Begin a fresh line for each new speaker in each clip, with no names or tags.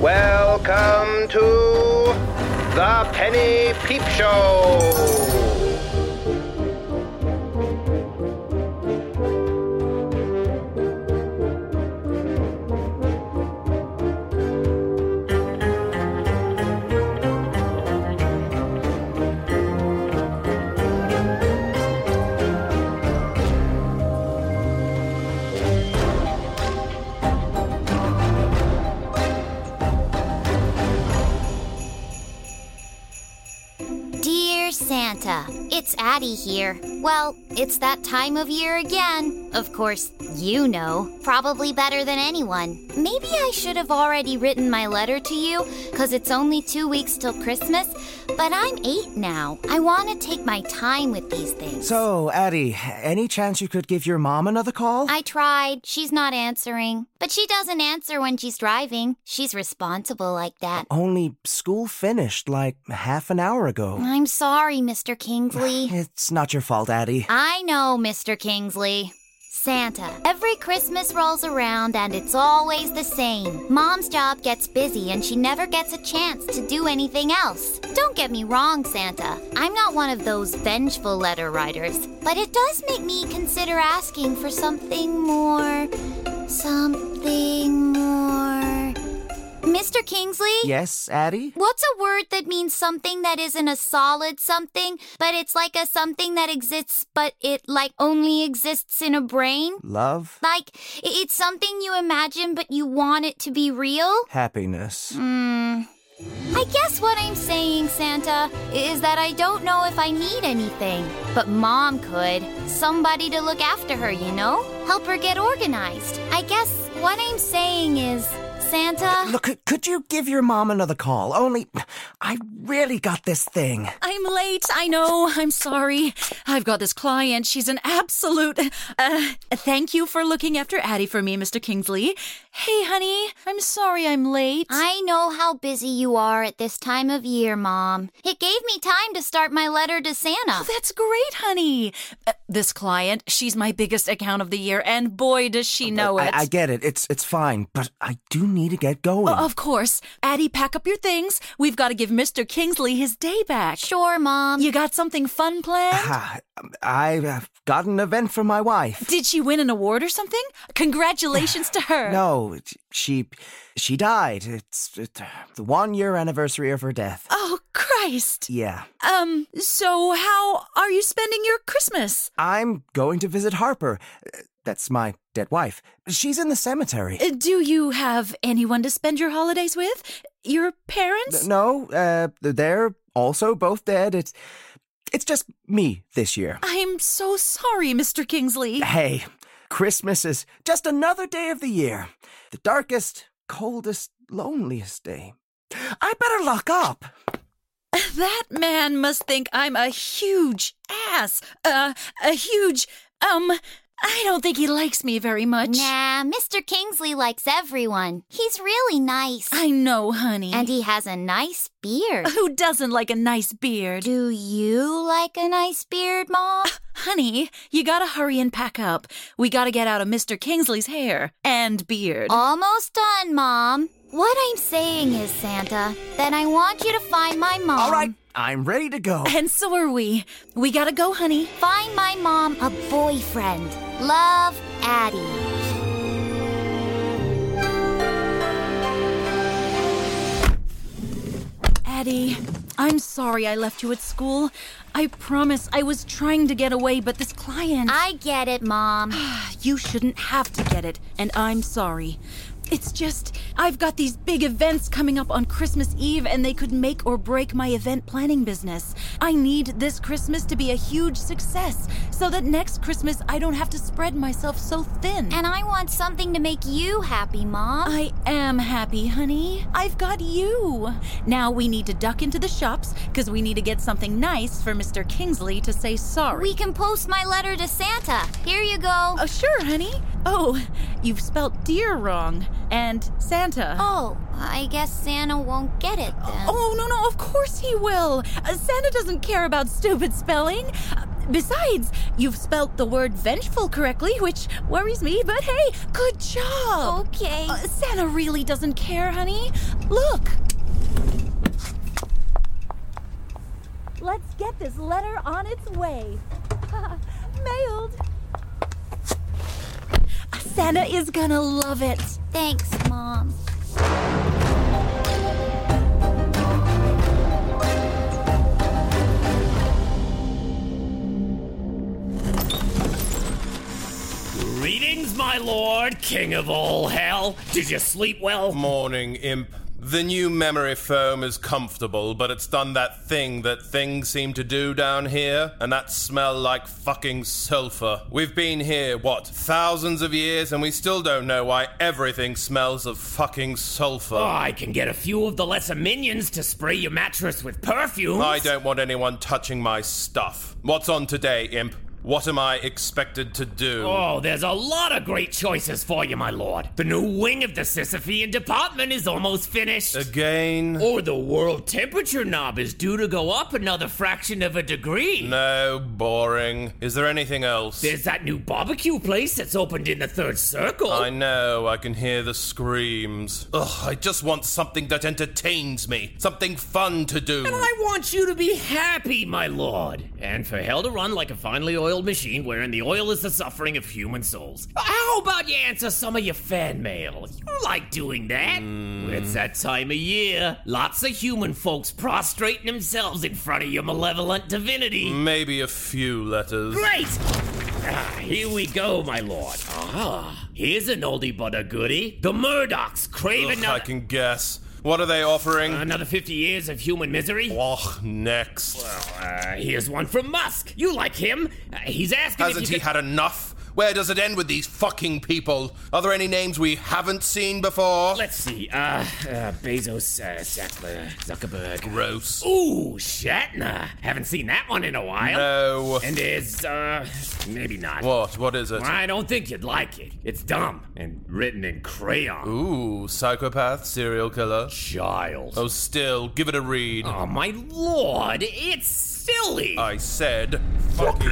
Welcome to the Penny Peep Show.
Dear Santa, it's Addie here. Well, it's that time of year again. Of course, you know, probably better than anyone. Maybe I should have already written my letter to you, because it's only two weeks till Christmas, but I'm eight now. I want to take my time with these things.
So, Addie, any chance you could give your mom another call?
I tried. She's not answering. But she doesn't answer when she's driving. She's responsible like that.
Only school finished like half an hour ago.
I'm sorry, Mr. Kingsley.
It's not your fault, Addie.
I know, Mr. Kingsley. Santa. Every Christmas rolls around and it's always the same. Mom's job gets busy and she never gets a chance to do anything else. Don't get me wrong, Santa. I'm not one of those vengeful letter writers, but it does make me consider asking for something more. Something more. Mr. Kingsley?
Yes, Addie?
What's a word that means something that isn't a solid something, but it's like a something that exists, but it like only exists in a brain?
Love?
Like, i- it's something you imagine, but you want it to be real?
Happiness.
Hmm. I guess what I'm saying, Santa, is that I don't know if I need anything. But Mom could. Somebody to look after her, you know? Help her get organized. I guess what I'm saying is, Santa.
Look, c- could you give your mom another call? Only, I really got this thing.
I'm late. I know. I'm sorry. I've got this client. She's an absolute. Uh, thank you for looking after Addie for me, Mr. Kingsley. Hey, honey. I'm sorry I'm late.
I know how busy you are at this time of year, Mom. It gave me time to start my letter to
Oh,
Santa.
that's great, honey. Uh, this client, she's my biggest account of the year, and boy, does she know
I,
it.
I get it. It's it's fine, but I do need to get going.
Oh, of course. Addie, pack up your things. We've got to give Mr. Kingsley his day back.
Sure, Mom.
You got something fun planned?
Ah, I've got an event for my wife.
Did she win an award or something? Congratulations to her.
No, it- she she died. It's, it's the one year anniversary of her death.
Oh, Christ.
Yeah.
Um, so how are you spending your Christmas?
I'm going to visit Harper. Uh, That's my dead wife. She's in the cemetery.
Uh, Do you have anyone to spend your holidays with? Your parents?
Th- no, uh, they're also both dead. It's it's just me this year.
I'm so sorry, Mr. Kingsley.
Hey, Christmas is just another day of the year. The darkest, coldest, loneliest day. I better lock up.
That man must think I'm a huge ass. Uh, a huge, um, I don't think he likes me very much.
Nah, Mr. Kingsley likes everyone. He's really nice.
I know, honey.
And he has a nice beard.
Who doesn't like a nice beard? Uh,
Do you like a nice beard, Mom?
Honey, you gotta hurry and pack up. We gotta get out of Mr. Kingsley's hair and beard.
Almost done, Mom. What I'm saying is, Santa, that I want you to find my mom.
All right, I'm ready to go.
And so are we. We gotta go, honey.
Find my mom a boyfriend. Love, Addie.
Addie, I'm sorry I left you at school. I promise I was trying to get away, but this client.
I get it, Mom.
You shouldn't have to get it, and I'm sorry. It's just, I've got these big events coming up on Christmas Eve, and they could make or break my event planning business. I need this Christmas to be a huge success so that next Christmas I don't have to spread myself so thin.
And I want something to make you happy, Mom.
I am happy, honey. I've got you. Now we need to duck into the shops because we need to get something nice for Mr. Kingsley to say sorry.
We can post my letter to Santa. Here you go.
Oh, sure, honey. Oh, you've spelt deer wrong. And Santa.
Oh, I guess Santa won't get it then.
Oh, no, no, of course he will. Uh, Santa doesn't care about stupid spelling. Uh, Besides, you've spelt the word vengeful correctly, which worries me, but hey, good job.
Okay.
Uh, Santa really doesn't care, honey. Look. Let's get this letter on its way. Mailed. Santa is gonna love it.
Thanks, Mom.
Greetings, my lord, king of all hell. Did you sleep well?
Morning, imp. The new memory foam is comfortable, but it's done that thing that things seem to do down here, and that smell like fucking sulfur. We've been here, what, thousands of years, and we still don't know why everything smells of fucking sulfur.
Oh, I can get a few of the lesser minions to spray your mattress with perfume.
I don't want anyone touching my stuff. What's on today, imp? What am I expected to do?
Oh, there's a lot of great choices for you, my lord. The new wing of the Sisyphean department is almost finished.
Again?
or the world temperature knob is due to go up another fraction of a degree.
No, boring. Is there anything else?
There's that new barbecue place that's opened in the third circle.
I know, I can hear the screams. Ugh, I just want something that entertains me, something fun to do.
And I want you to be happy, my lord. And for hell to run like a finely oiled machine wherein the oil is the suffering of human souls. How about you answer some of your fan mail? You like doing that. It's that time of year. Lots of human folks prostrating themselves in front of your malevolent divinity.
Maybe a few letters.
Great! Ah, here we go, my lord. Ah, here's an oldie but a goodie. The Murdochs crave
Ugh, I
another,
can guess. What are they offering?
another 50 years of human misery.
Ugh, next.
Uh, here's one from Musk. You like him? Uh, he's asking
Hasn't
if
he
you could-
had enough? Where does it end with these fucking people? Are there any names we haven't seen before?
Let's see. Uh, uh Bezos, uh, Sackler, Zuckerberg.
Gross.
Ooh, Shatner. Haven't seen that one in a while.
No.
And there's uh, maybe not.
What? What is it?
I don't think you'd like it. It's dumb and written in crayon.
Ooh, psychopath, serial killer.
Child.
Oh, still, give it a read.
Oh, my lord, it's silly.
I said,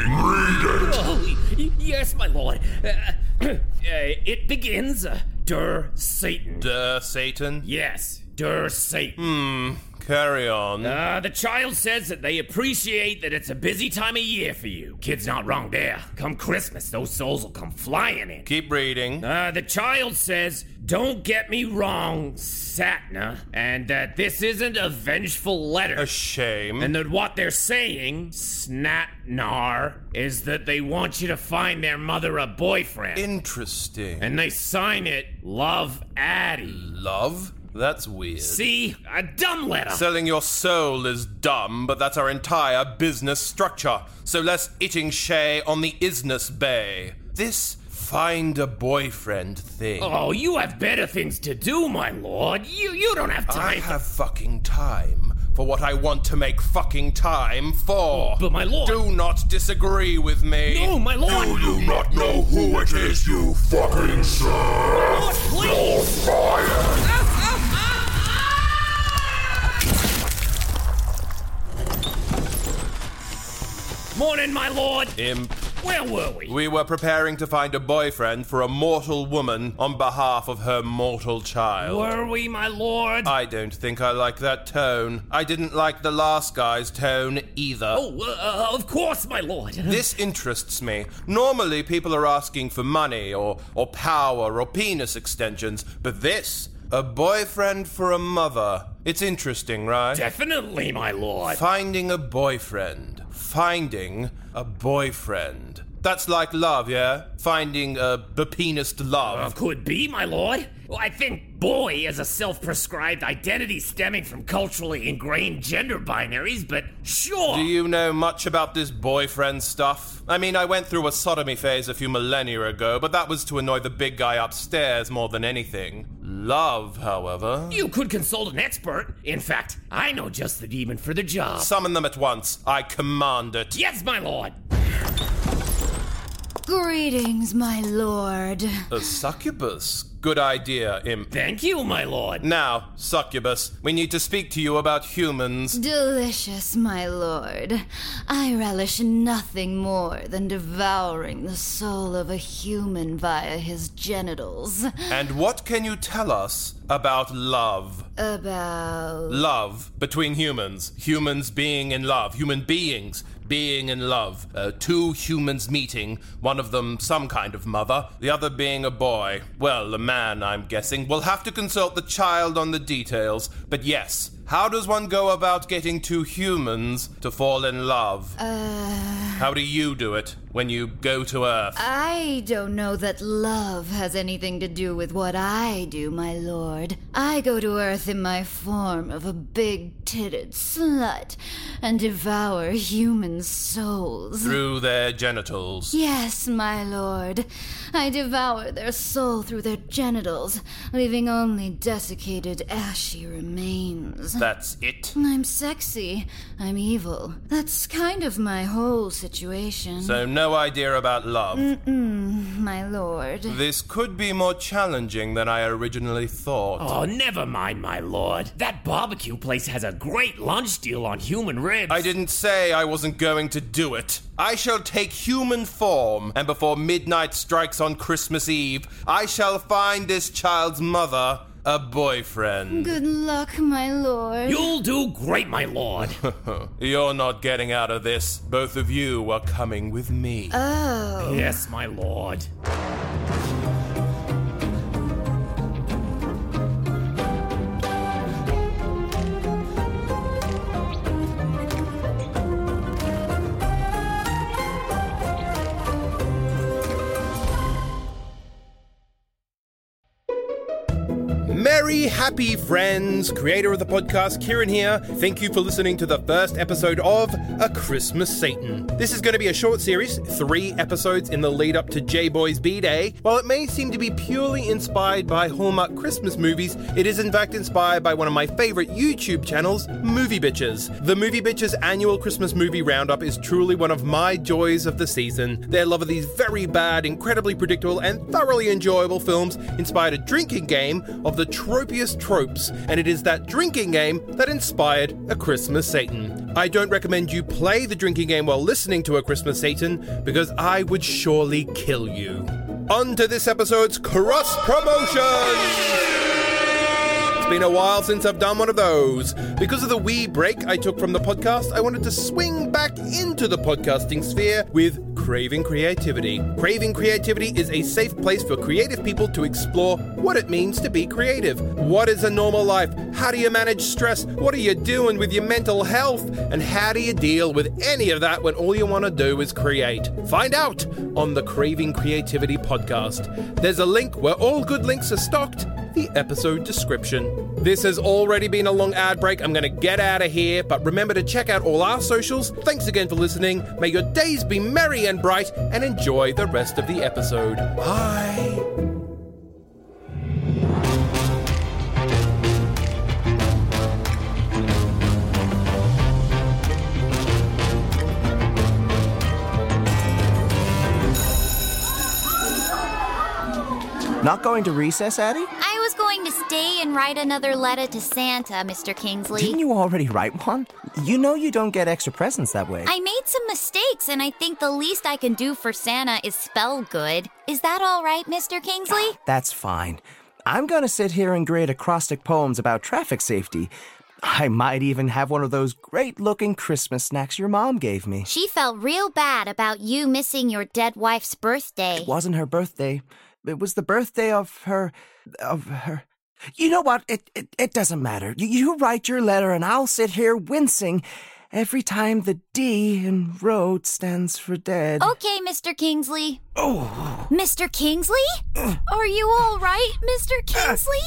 Uh.
Oh, y- yes, my lord. Uh, uh, it begins. Uh, Der Satan.
duh, Satan.
Yes, Der Satan.
Hmm, Carry on.
Uh, the child says that they appreciate that it's a busy time of year for you. Kid's not wrong there. Come Christmas, those souls will come flying in.
Keep reading.
Uh, the child says, Don't get me wrong, Satna, and that this isn't a vengeful letter.
a shame.
and that what they're saying, Snatnar, is that they want you to find their mother a boyfriend.
Interesting.
and they sign it, Love Addie.
love? That's weird.
See? A dumb letter.
Selling your soul is dumb, but that's our entire business structure. So less itching shay on the isness bay. This find a boyfriend thing.
Oh, you have better things to do, my lord. You you don't have
I
time. for-
have fucking time for what I want to make fucking time for.
But my lord-
Do not disagree with me.
No, my lord.
Do you not know who it is you fucking
Lord,
serve? You're
please.
fired!
Morning, my lord.
Imp.
Where were we?
We were preparing to find a boyfriend for a mortal woman on behalf of her mortal child.
Were we, my lord?
I don't think I like that tone. I didn't like the last guy's tone either.
oh, uh, uh, of course, my lord.
This interests me. Normally, people are asking for money or, or power or penis extensions, but this a boyfriend for a mother. It's interesting, right?
Definitely, my lord.
Finding a boyfriend. finding a boyfriend. That's like love, yeah? Finding a penised
Uh,
love.
could be, my lord. Well, I think boy is a self prescribed identity stemming from culturally ingrained gender binaries, but sure.
Do you know much about this boyfriend stuff? I mean, I went through a sodomy phase a few millennia ago, but that was to annoy the big guy upstairs more than anything. Love, however.
You could consult an expert. In fact, I know just the demon for the job.
Summon them at once. I command it.
yes, my lord.
Greetings, my lord.
A succubus. Good idea, imp.
Thank you, my lord.
Now, succubus, we need to speak to you about humans.
Delicious, my lord. I relish nothing more than devouring the soul of a human via his genitals.
And what can you tell us about love?
About.
Love between humans. Humans being in love. Human beings being in love. Uh, two humans meeting, one of them some kind of mother, the other being a boy. Well, a man, I'm guessing. We'll have to consult the child on the details. But yes, how does one go about getting two humans to fall in love?
uh,
How do you do it when you go to Earth?
I don't know that love has anything to do with what I do, my lord. I go to Earth in my form of a big titted slut and devour human souls.
through their genitals.
Yes, my lord. I devour their soul through their genitals, leaving only desiccated, ashy remains.
That's it.
I'm sexy. I'm evil. That's kind of my whole situation.
So, no idea about love.
um,
my lord.
This could be more challenging than I originally thought.
Oh, never mind, my lord. That barbecue place has a great lunch deal on human ribs.
I didn't say I wasn't going to do it. I shall take human form, and before midnight strikes on Christmas Eve, I shall find this child's mother a boyfriend.
Good luck, my lord.
You'll do great, my lord.
You're not getting out of this. Both of you are coming with me.
Oh.
Oh.
yes, my lord.
Merry, happy friends! Creator of the podcast, Kieran here. Thank you for listening to the first episode of A Christmas Satan. This is going to be a short series, three episodes in the lead up to J Boy's B Day. While it may seem to be purely inspired by Hallmark Christmas movies, it is in fact inspired by one of my favorite YouTube channels, Movie Bitches. The Movie Bitches annual Christmas movie roundup is truly one of my joys of the season. Their love of these very bad, incredibly predictable, and thoroughly enjoyable films inspired a drinking game of the tropiest tropes, and it is that drinking game that inspired A Christmas Satan. I don't recommend you play the drinking game while listening to A Christmas Satan because I would surely kill you. On to this episode's cross promotion! It's been a while since I've done one of those. Because of the wee break I took from the podcast, I wanted to swing back into the podcasting sphere with Craving Creativity. Craving Creativity is a safe place for creative people to explore what it means to be creative. What is a normal life? How do you manage stress? What are you doing with your mental health? And how do you deal with any of that when all you want to do is create? Find out on the Craving Creativity podcast. There's a link where all good links are stocked the episode description. This has already been a long ad break. I'm going to get out of here, but remember to check out all our socials. Thanks again for listening. May your days be merry and bright, and enjoy the rest of the episode. Bye.
Not going to recess, Addie?
I was going to stay and write another letter to Santa, Mr. Kingsley.
Didn't you already write one? You know you don't get extra presents that way.
I made some mistakes, and I think the least I can do for Santa is spell good. Is that all right, Mr. Kingsley?
That's fine. I'm gonna sit here and grade acrostic poems about traffic safety. I might even have one of those great looking Christmas snacks your mom gave me.
She felt real bad about you missing your dead wife's birthday.
It wasn't her birthday. It was the birthday of her. of her. You know what? It, it, it doesn't matter. You, you write your letter and I'll sit here wincing every time the D in road stands for dead.
Okay, Mr. Kingsley. Oh. Mr. Kingsley? Are you all right, Mr. Kingsley?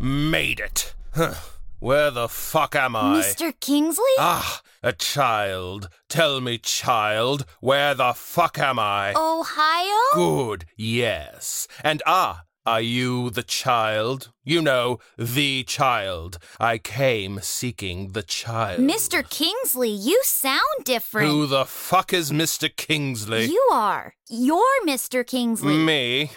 Made it. Huh. Where the fuck am I?
Mr. Kingsley?
Ah, a child. Tell me, child, where the fuck am I?
Oh, Ohio?
Good, yes. And ah, are you the child? You know, the child. I came seeking the child.
Mr. Kingsley, you sound different.
Who the fuck is Mr. Kingsley?
You are. You're Mr. Kingsley.
Me?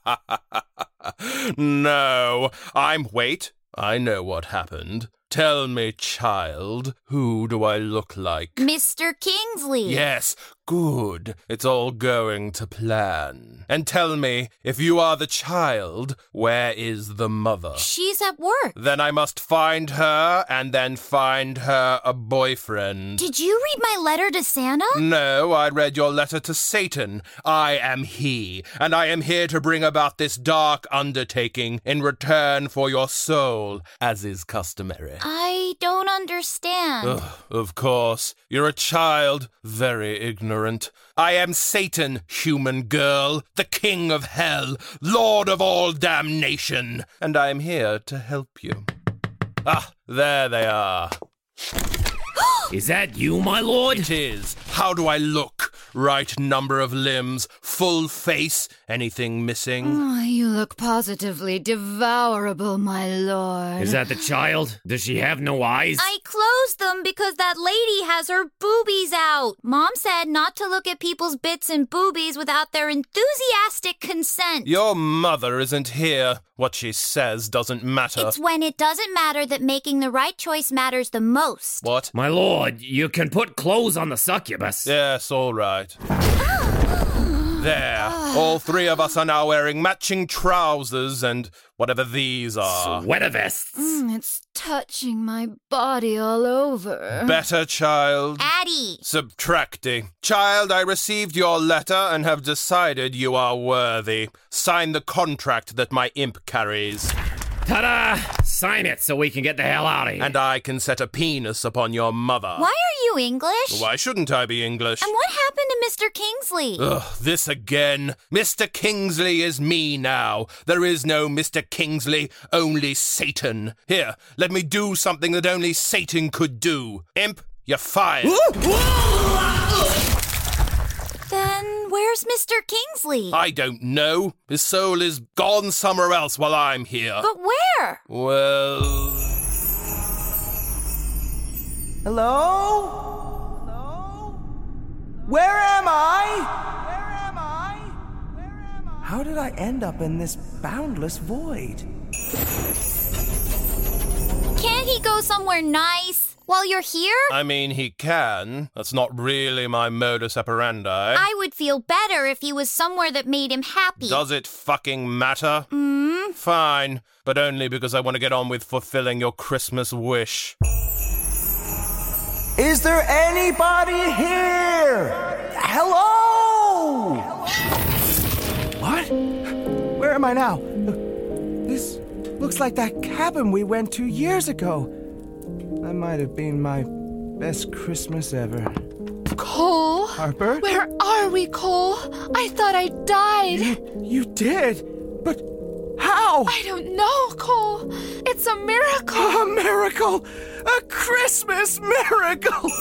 no, I'm. Wait, I know what happened. Tell me, child, who do I look like?
Mr. Kingsley.
Yes, good. It's all going to plan. And tell me, if you are the child, where is the mother?
She's at work.
Then I must find her, and then find her a boyfriend.
Did you read my letter to Santa?
No, I read your letter to Satan. I am he, and I am here to bring about this dark undertaking in return for your soul, as is customary.
I don't understand.
Ugh, of course. You're a child, very ignorant. I am Satan, human girl, the king of hell, lord of all damnation, and I'm here to help you. Ah, there they are.
Is that you, my lord?
It is. How do I look? Right number of limbs, full face, anything missing?
Oh,
you look positively devourable, my lord.
Is that the child? Does she have no eyes?
I closed them because that lady has her boobies out. Mom said not to look at people's bits and boobies without their enthusiastic consent.
Your mother isn't here. What she says doesn't matter.
It's when it doesn't matter that making the right choice matters the most.
What?
My lord, you can put clothes on the succubus.
Yes, all right.
Ah.
there. All three of us are now wearing matching trousers and whatever these are.
Sweater vests.
Mm, It's touching my body all over.
Better, child.
Addie,
Subtracting. Child, I received your letter and have decided you are worthy. Sign the contract that my imp carries,
Ta da! Sign it so we can get the hell out of here.
and I can set a penis upon your mother.
why are you English?
Uh, Why shouldn't I be English?
And what happened to Mr. Kingsley?
Ugh, this again. Mr. Kingsley is me now. There is no Mr. Kingsley, only Satan. Here, let me do something that only Satan could do. Imp, you're fired.
Then where's Mr. Kingsley?
I don't know. His soul is gone somewhere else while I'm here.
but where?
Well.
Hello? Hello? Where am I? Where am I? Where am I? How did I end up in this boundless void?
Can't he go somewhere nice while you're here?
I mean, he can. That's not really my modus operandi.
I would feel better if he was somewhere that made him happy. Hmm?
Does it fucking matter? Mm. Fine, but only because I want to get on with fulfilling your Christmas wish.
Is there anybody here? Hello? What? Where am I now? This looks like that cabin we went to years ago. That might have been my best Christmas ever.
Cole?
Harper?
Where are we, Cole? I thought I died.
You did? But how?
I don't know, Cole. It's a miracle.
A miracle! A Christmas miracle!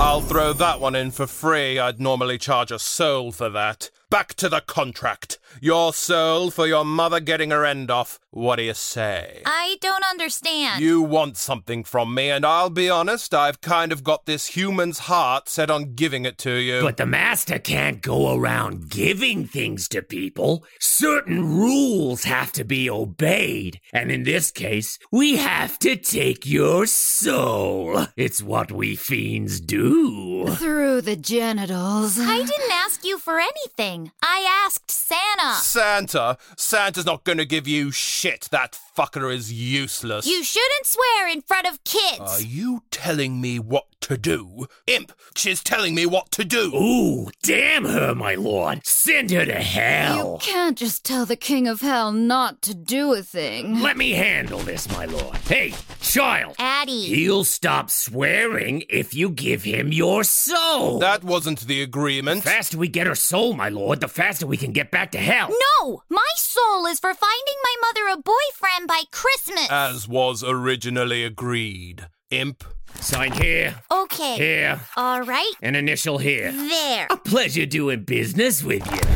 I'll throw that one in for free. I'd normally charge a soul for that. Back to the contract. Your soul for your mother getting her end off. What do you say?
I don't understand.
You want something from me, and I'll be honest, I've kind of got this human's heart set on giving it to you.
But the master can't go around giving things to people. Certain rules have to be obeyed. And in this case, we have to take your soul. It's what we fiends do.
Through the genitals.
I didn't ask you for anything. I asked Santa. Santa!
Santa? Santa's not gonna give you shit. That fucker is useless.
You shouldn't swear in front of kids!
Are you telling me what to do? Imp, she's telling me what to do.
Ooh, damn her, my lord. Send her to hell.
You can't just tell the king of hell not to do a thing.
Let me handle this, my lord. Hey, child.
Addie.
He'll stop swearing if you give him your soul.
That wasn't the agreement.
The faster we get her soul, my lord, the faster we can get back to hell.
No! My soul is for finding my mother a boyfriend by Christmas!
As was originally agreed. Imp.
Sign here,
okay.
here,
All right.
an initial here.
Oh. There.
A pleasure doing business with you.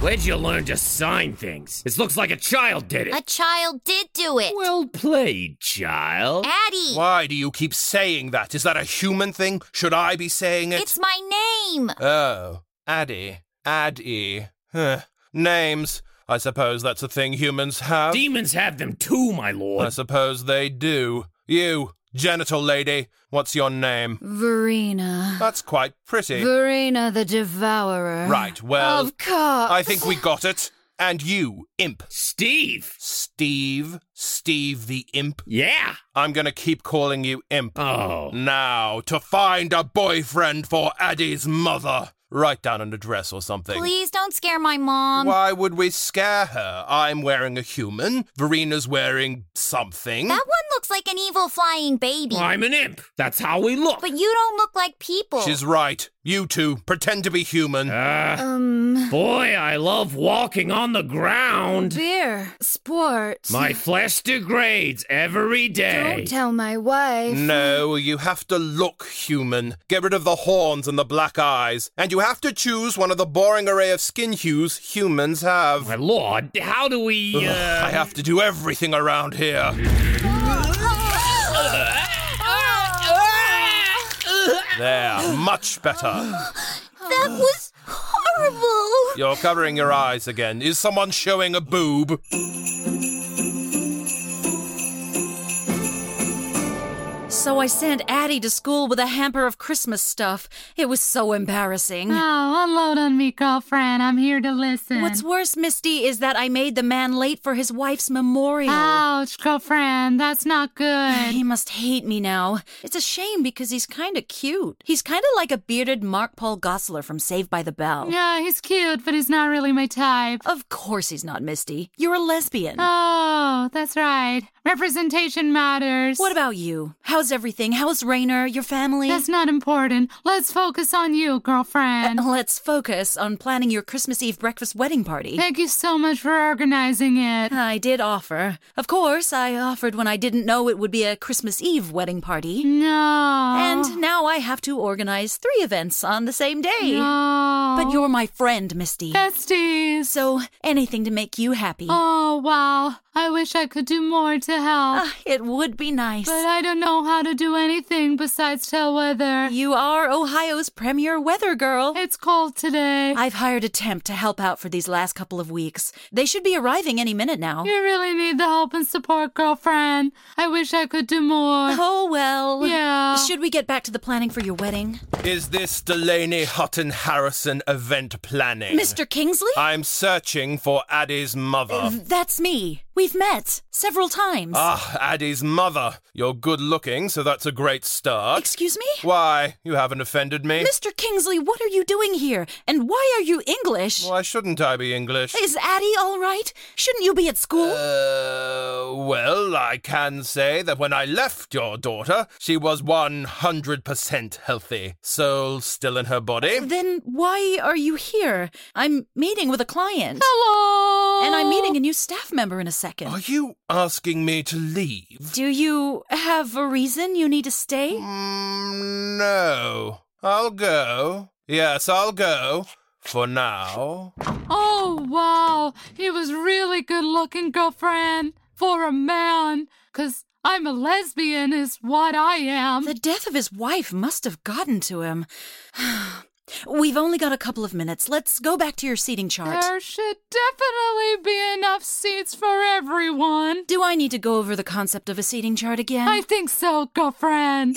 Where'd you learn to sign things? This looks like a child did it.
A child did do it.
well played, child.
Addie!
Why do you keep saying that? Is that a human thing? Should I be saying it?
It's my name!
Oh, Addy. Addy. Huh. Names. I suppose that's a thing humans have.
Demons have them too, my
I
lord.
suppose they do. You, genital lady, what's your name?
Verena.
That's quite pretty.
Verena the Devourer.
Right, well,
Of course.
I think we got it. And you, imp.
Steve.
Steve. Steve the imp.
Yeah.
I'm gonna keep calling you imp.
Oh.
Now, to find a boyfriend for Addie's mother. Write down an address or something.
Please don't scare my mom.
Why would we scare her? I'm wearing a human. Verena's wearing something.
That one looks like an evil flying baby.
I'm an imp. That's how we look.
But you don't look like people.
She's right. You two, pretend to be human.
Um,
Uh, Boy, I love walking on the ground.
beer. Sports.
My flesh degrades every day.
Don't tell my wife.
no, you have to look human. Get rid of the horns and the black eyes. And you have to choose one of the boring array of skin hues humans have.
my lord, how do we. Uh...
Ugh, I have to do everything around here.
Ah!
Ah!
There, much better.
that was horrible.
You're covering your eyes again. Is someone showing a boob?
So I sent Addie to school with a hamper of Christmas stuff. It was so embarrassing.
Oh, unload on me, girlfriend. I'm here to listen.
What's worse, Misty, is that I made the man late for his wife's memorial.
Ouch, girlfriend. That's not good.
He must hate me now. It's a shame because he's kind of cute. He's kind of like a bearded Mark Paul Gosselaar from Saved by the Bell.
yeah, he's cute, but he's not really my type.
Of course he's not Misty. You're a lesbian.
Oh, that's right. Representation matters.
what about you? How's everything? How's Rainer? Your family?
That's not important. Let's focus on you, girlfriend.
Let's focus on planning your Christmas Eve breakfast wedding party.
Thank you so much for organizing it.
I did offer. Of course, I offered when I didn't know it would be a Christmas Eve wedding party.
No.
And now I have to organize three events on the same day.
No.
But you're my friend, Misty.
besties.
So anything to make you happy.
Oh, wow. I wish I could do more to help.
Ah, it would be nice.
But I don't know how to do anything besides tell weather.
you are Ohio's premier weather girl.
It's cold today.
I've hired a temp to help out for these last couple of weeks. They should be arriving any minute now.
You really need the help and support, girlfriend. I wish I could do more.
Oh, well.
Yeah.
Should we get back to the planning for your wedding?
Is this Delaney Hutton Harrison event planning?
Mr. Kingsley?
I'm searching for Addie's mother.
That's me. We've met several times.
Oh. ah, Addie's mother. You're good looking, so that's a great start.
Excuse me?
Why? You haven't offended me.
Mr. Kingsley, what are you doing here? And why are you English?
Why shouldn't I be English?
Is Addie all right? Shouldn't you be at school?
Uh, well, I can say that when I left your daughter, she was 100% healthy. Soul still in her body.
then why are you here? I'm meeting with a client.
Hello.
And I'm meeting a new staff member in a second.
Are you asking me to leave?
Do you have a reason you need to stay?
Mm, no. I'll go. Yes, I'll go. For now.
Oh, wow. He was really good looking, girlfriend. For a man. Cause I'm a lesbian, is what I am.
The death of his wife must have gotten to him. We've only got a couple of minutes. Let's go back to your seating chart.
There should definitely be enough seats for everyone.
Do I need to go over the concept of a seating chart again?
I think so, girlfriend.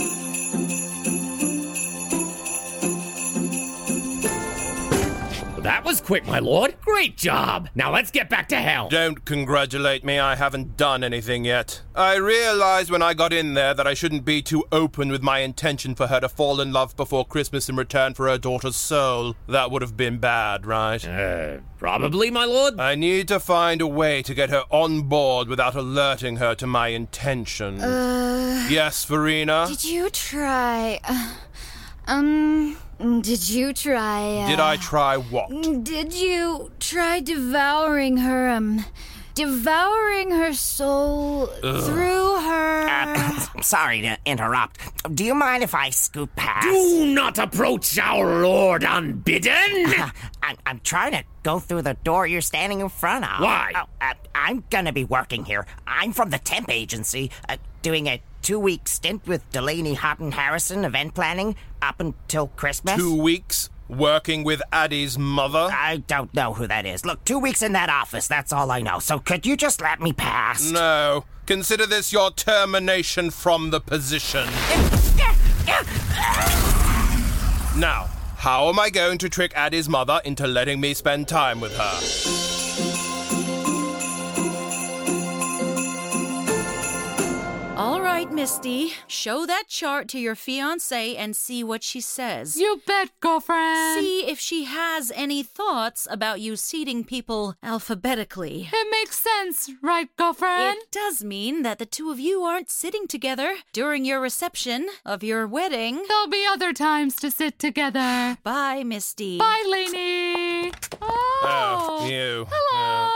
That was quick, my lord. Great job. Now let's get back to hell.
Don't congratulate me, I haven't done anything yet. I realized when I got in there that I shouldn't be too open with my intention for her to fall in love before Christmas in return for her daughter's soul. That would have been bad, right?
Uh, probably, my lord.
I need to find a way to get her on board without alerting her to my intention.
Uh,
yes, Verena?
Did you try? uh, Um, did you try? Uh,
Did I try what?
Mm, Did you try devouring her? Um, devouring her soul
Ugh.
through her.
Uh, Sorry to interrupt. Do you mind if I scoot past?
Do not approach our lord unbidden.
I'm, I'm trying to go through the door you're standing in front of.
Why?
Oh, uh, I'm gonna be working here. I'm from the temp agency, uh, doing a two-week stint with Delaney Houghton Harrison event planning up until Christmas.
Two weeks working with Addie's mother?
I don't know who that is. Look, two weeks in that office. That's all I know. So could you just let me pass?
No. Consider this your termination from the position. Now, how am I going to trick Addie's mother into letting me spend time with her?
All right, Misty, show that chart to your fiance and see what she says.
You bet, girlfriend.
See if she has any thoughts about you seating people alphabetically.
It makes sense, right, girlfriend?
It does mean that the two of you aren't sitting together during your reception of your wedding.
There'll be other times to sit together.
Bye, Misty.
Bye, Lainey.
Oh,
Oh.
you.
Hello.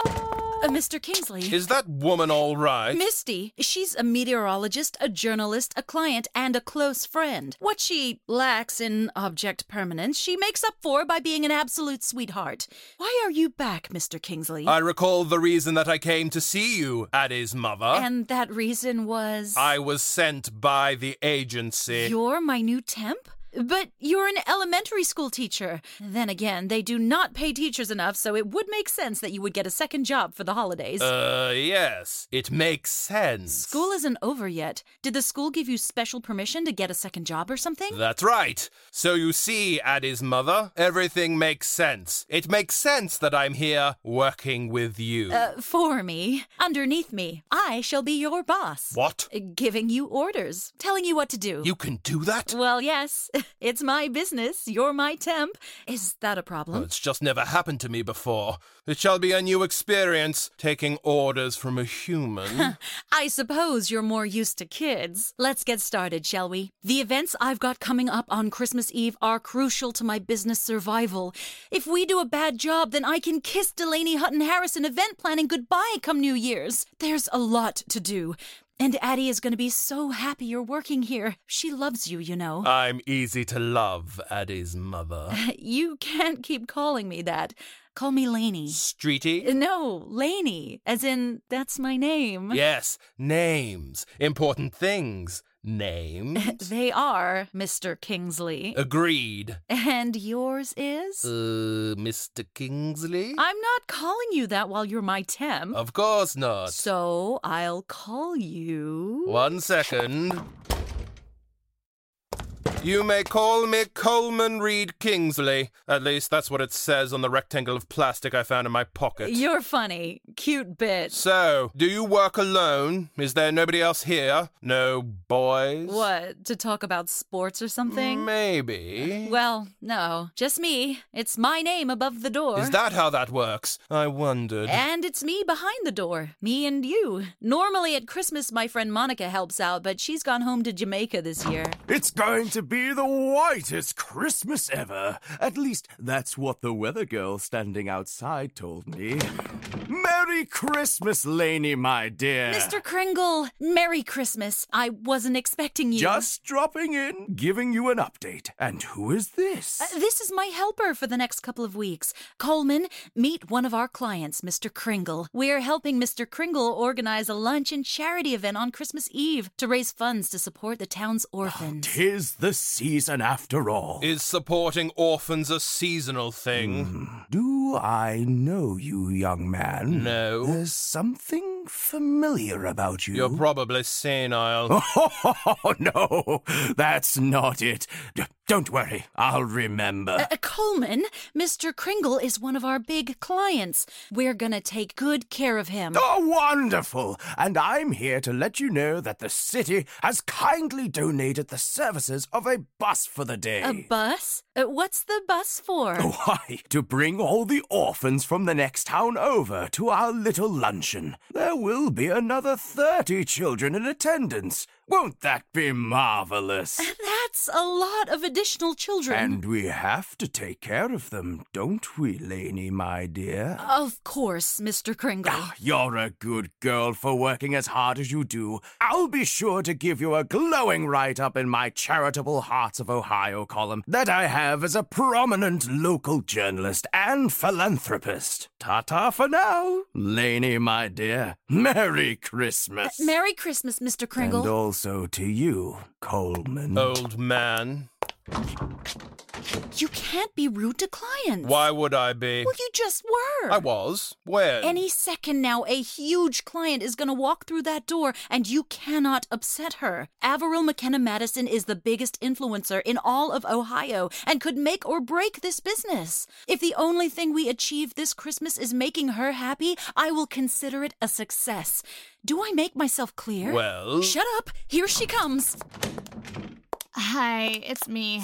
Uh, Mr. Kingsley.
Is that woman all right?
Misty, she's a meteorologist, a journalist, a client, and a close friend. What she lacks in object permanence, she makes up for by being an absolute sweetheart. Why are you back, Mr. Kingsley?
I recall the reason that I came to see you, Addie's mother.
and that reason was.
I was sent by the agency.
You're my new temp? But you're an elementary school teacher. Then again, they do not pay teachers enough, so it would make sense that you would get a second job for the holidays.
uh, yes. It makes sense.
school isn't over yet. Did the school give you special permission to get a second job or something?
That's right. So you see, Addie's mother, everything makes sense. It makes sense that I'm here working with you.
Uh, for me, underneath me, I shall be your boss.
what?
Uh, Giving you orders, telling you what to do.
You can do that?
Well, yes, it's my business. You're my temp. Is that a
Oh,
problem?
It's just never happened to me before. It shall be a new experience taking orders from a human.
I suppose you're more used to kids. Let's get started, shall we? The events I've got coming up on Christmas Eve are crucial to my business survival. If we do a bad job, then I can kiss Delaney Hutton Harrison event planning goodbye come New Year's. There's a lot to do. And Addie is going to be so happy you're working here. She loves you, you know.
I'm easy to love, Addie's mother.
you can't keep calling me that. Call me Laney.
Streety?
No, Laney, as in that's my name.
Yes, names. Important things. Names.
They are Mr. Kingsley.
Uh, Agreed.
And yours is?
Uh, Mr. Kingsley?
I'm not calling you that while you're my temp.
Of course not.
So I'll call you.
One second. You may call me Coleman Reed Kingsley. At least that's what it says on the rectangle of plastic I found in my pocket.
You're funny. Cute bitch.
So, do you work alone? Is there nobody else here? No boys?
What, to talk about sports or something?
Maybe.
Well, no, just me. It's my name above the door.
Is that how that works? I wondered.
And it's me behind the door. Me and you. Normally at Christmas, my friend Monica helps out, but she's gone home to Jamaica this year.
It's going to be the whitest Christmas ever. At least that's what the weather girl standing outside told me. Merry Christmas, Laney, my dear.
Mr. Kringle, Merry Christmas. I wasn't expecting you.
Just dropping in, giving you an update. And who is this?
Uh, This is my helper for the next couple of weeks. Coleman, meet one of our clients, Mr. Kringle. We're helping Mr. Kringle organize a lunch and charity event on Christmas Eve to raise funds to support the town's
Oh,
orphans.
Tis the season after all.
Is supporting orphans a seasonal thing?
Hmm. Do I know you, young man?
No.
There's something familiar about you.
You're probably senile.
Oh, no, that's not it. D-
Don't worry, I'll remember.
Uh, uh, Coleman, Mr. Kringle is one of our big clients. We're gonna take good care of him.
Oh, wonderful! And I'm here to let you know that the city has kindly donated the services of a bus for the day.
A bus? Uh, what's the bus for?
Oh.
Why, to bring all the orphans from the next town over to our little luncheon. There will be another 30 children in attendance. Won't that be marvelous?
That's a lot of additional children.
And we have to take care of them, don't we, Laney, my dear?
Of course, Mr. Kringle.
Ah,
You're a good girl for working as hard as you do. I'll be sure to give you a glowing write up in my charitable Hearts of Ohio column that I have as a prominent local journalist and philanthropist. Ta ta for now, Laney, my dear. Merry
Uh,
Christmas.
Merry Christmas, Mr. Kringle.
And also to you, Coleman.
Old man.
you can't be rude to clients.
Why would I be?
Well, you Eh, just were.
I was. When?
Any second now, a huge client is going to walk through that door, and you cannot upset her. Averill McKenna Madison is the biggest influencer in all of Ohio and could make or break this business. If the only thing we achieve this Christmas is making her happy, I will consider it a success. Do I make myself clear?
Well-
Shut up! Here she comes.
Hi, it's me.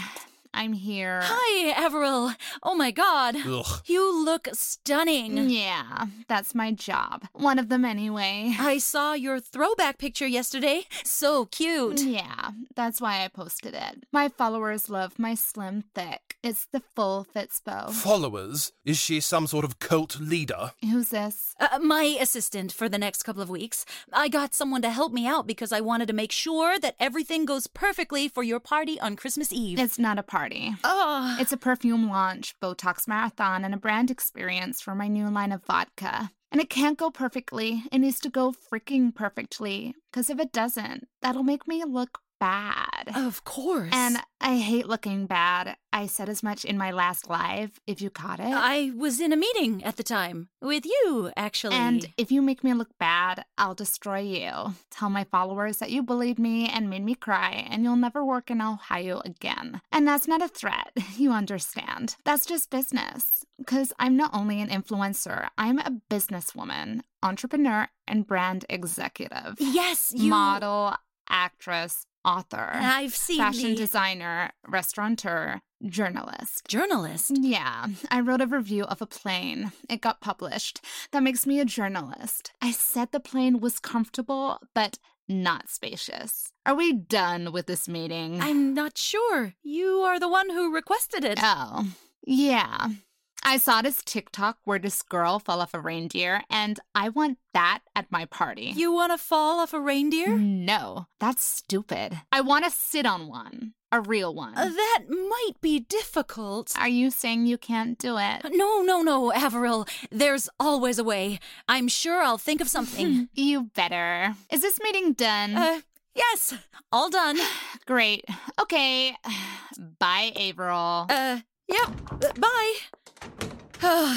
I'm here.
Hi, Averill. Oh my god.
Ugh.
You look stunning.
Yeah, that's my job. One of them, anyway.
I saw your throwback picture yesterday. So cute.
Yeah, that's why I posted it. My followers love my slim, thick. It's the full Fitzbo.
Followers? Is she some sort of cult leader?
Who's this?
Uh, my assistant for the next couple of weeks. I got someone to help me out because I wanted to make sure that everything goes perfectly for your party on Christmas Eve.
It's not a party.
Oh.
It's a perfume launch, Botox marathon, and a brand experience for my new line of vodka. And it can't go perfectly. It needs to go freaking perfectly. Because if it doesn't, that'll make me look bad.
Of course.
And I hate looking bad. I said as much in my last live, if you caught it.
I was in a meeting at the time with you, actually.
And if you make me look bad, I'll destroy you. Tell my followers that you bullied me and made me cry, and you'll never work in Ohio again. And that's not a threat, you understand. That's just business. Because I'm not only an influencer, I'm a businesswoman, entrepreneur, and brand executive.
Yes, you-
Model, actress, author.
I've seen
Fashion
the-
designer, restaurateur, journalist.
Journalist?
Yeah, I wrote a review of a plane. It got published. That makes me a journalist. I said the plane was comfortable, but not spacious. Are we done with this meeting?
I'm not sure. You are the one who requested it.
Oh, yeah. I saw this TikTok where this girl fell off a reindeer, and I want that at my party.
You want to fall off a reindeer?
No, that's stupid. I want to sit on one, a real one.
Uh, that might be difficult. Uh,
Are you saying you can't do it?
No, no, no, Averill. There's always a way. I'm sure I'll think of something.
you better. Is this meeting done?
Uh, yes, all done.
Great. Okay. Bye, Averill.
Uh, yep. Uh, bye.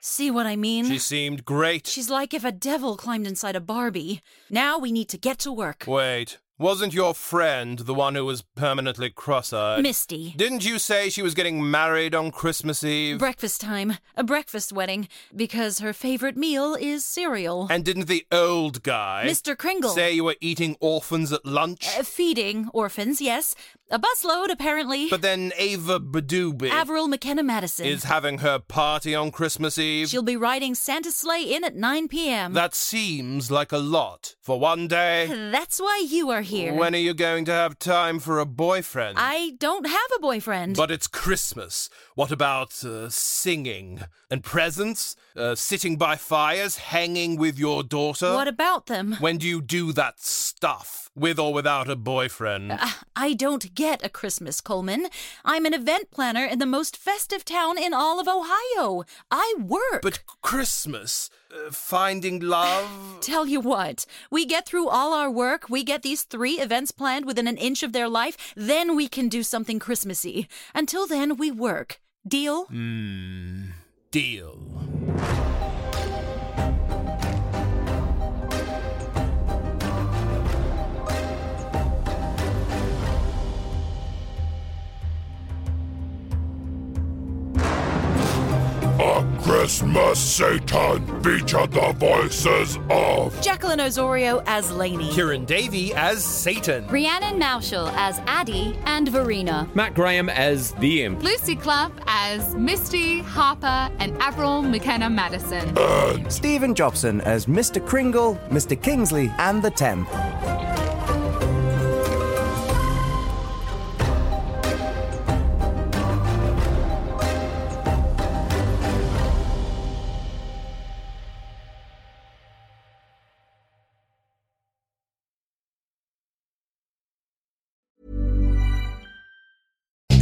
See what I mean?
She seemed great.
Mm. She's like if a devil climbed inside a Barbie. Now we need to get to work.
Wait, wasn't your friend the one who was permanently cross eyed?
Misty.
Didn't you say she was getting married on Christmas Eve?
Breakfast time. A breakfast wedding. Because her favorite meal is cereal.
and didn't the old guy,
Mr. Kringle.
say you were eating orphans at lunch?
Uh, feeding orphans, yes. A busload, apparently.
but then Ava Badoobie
Averill McKenna Madison.
is having her party on Christmas Eve.
She'll be riding Santa's sleigh in at 9 p.m.
that seems like a lot for one day.
That's why you are here.
When are you going to have time for a boyfriend?
I don't have a boyfriend.
But it's Christmas. What about uh, singing and presents? Uh, sitting by fires, hanging with your daughter?
what about them?
when do you do that stuff? With or without a boyfriend?
Uh, I don't get a Christmas, Coleman. I'm an event planner in the most festive town in all of Ohio. I work.
but Christmas? Uh, finding love?
Tell you what, we get through all our work, we get these three events planned within an inch of their life, then we can do something Christmassy. Until then, we work. Deal?
Hmm. Deal.
Christmas Satan featured the voices of
Jacqueline Osorio as Lainey.
Kieran Davey as Satan.
Rhiannon Mauschel as Addie and Verena.
Matt Graham as the imp.
Lucy Clump as Misty, Harper, and Avril McKenna Madison.
Stephen Jobson as Mr. Kringle, Mr. Kingsley, and the Temp.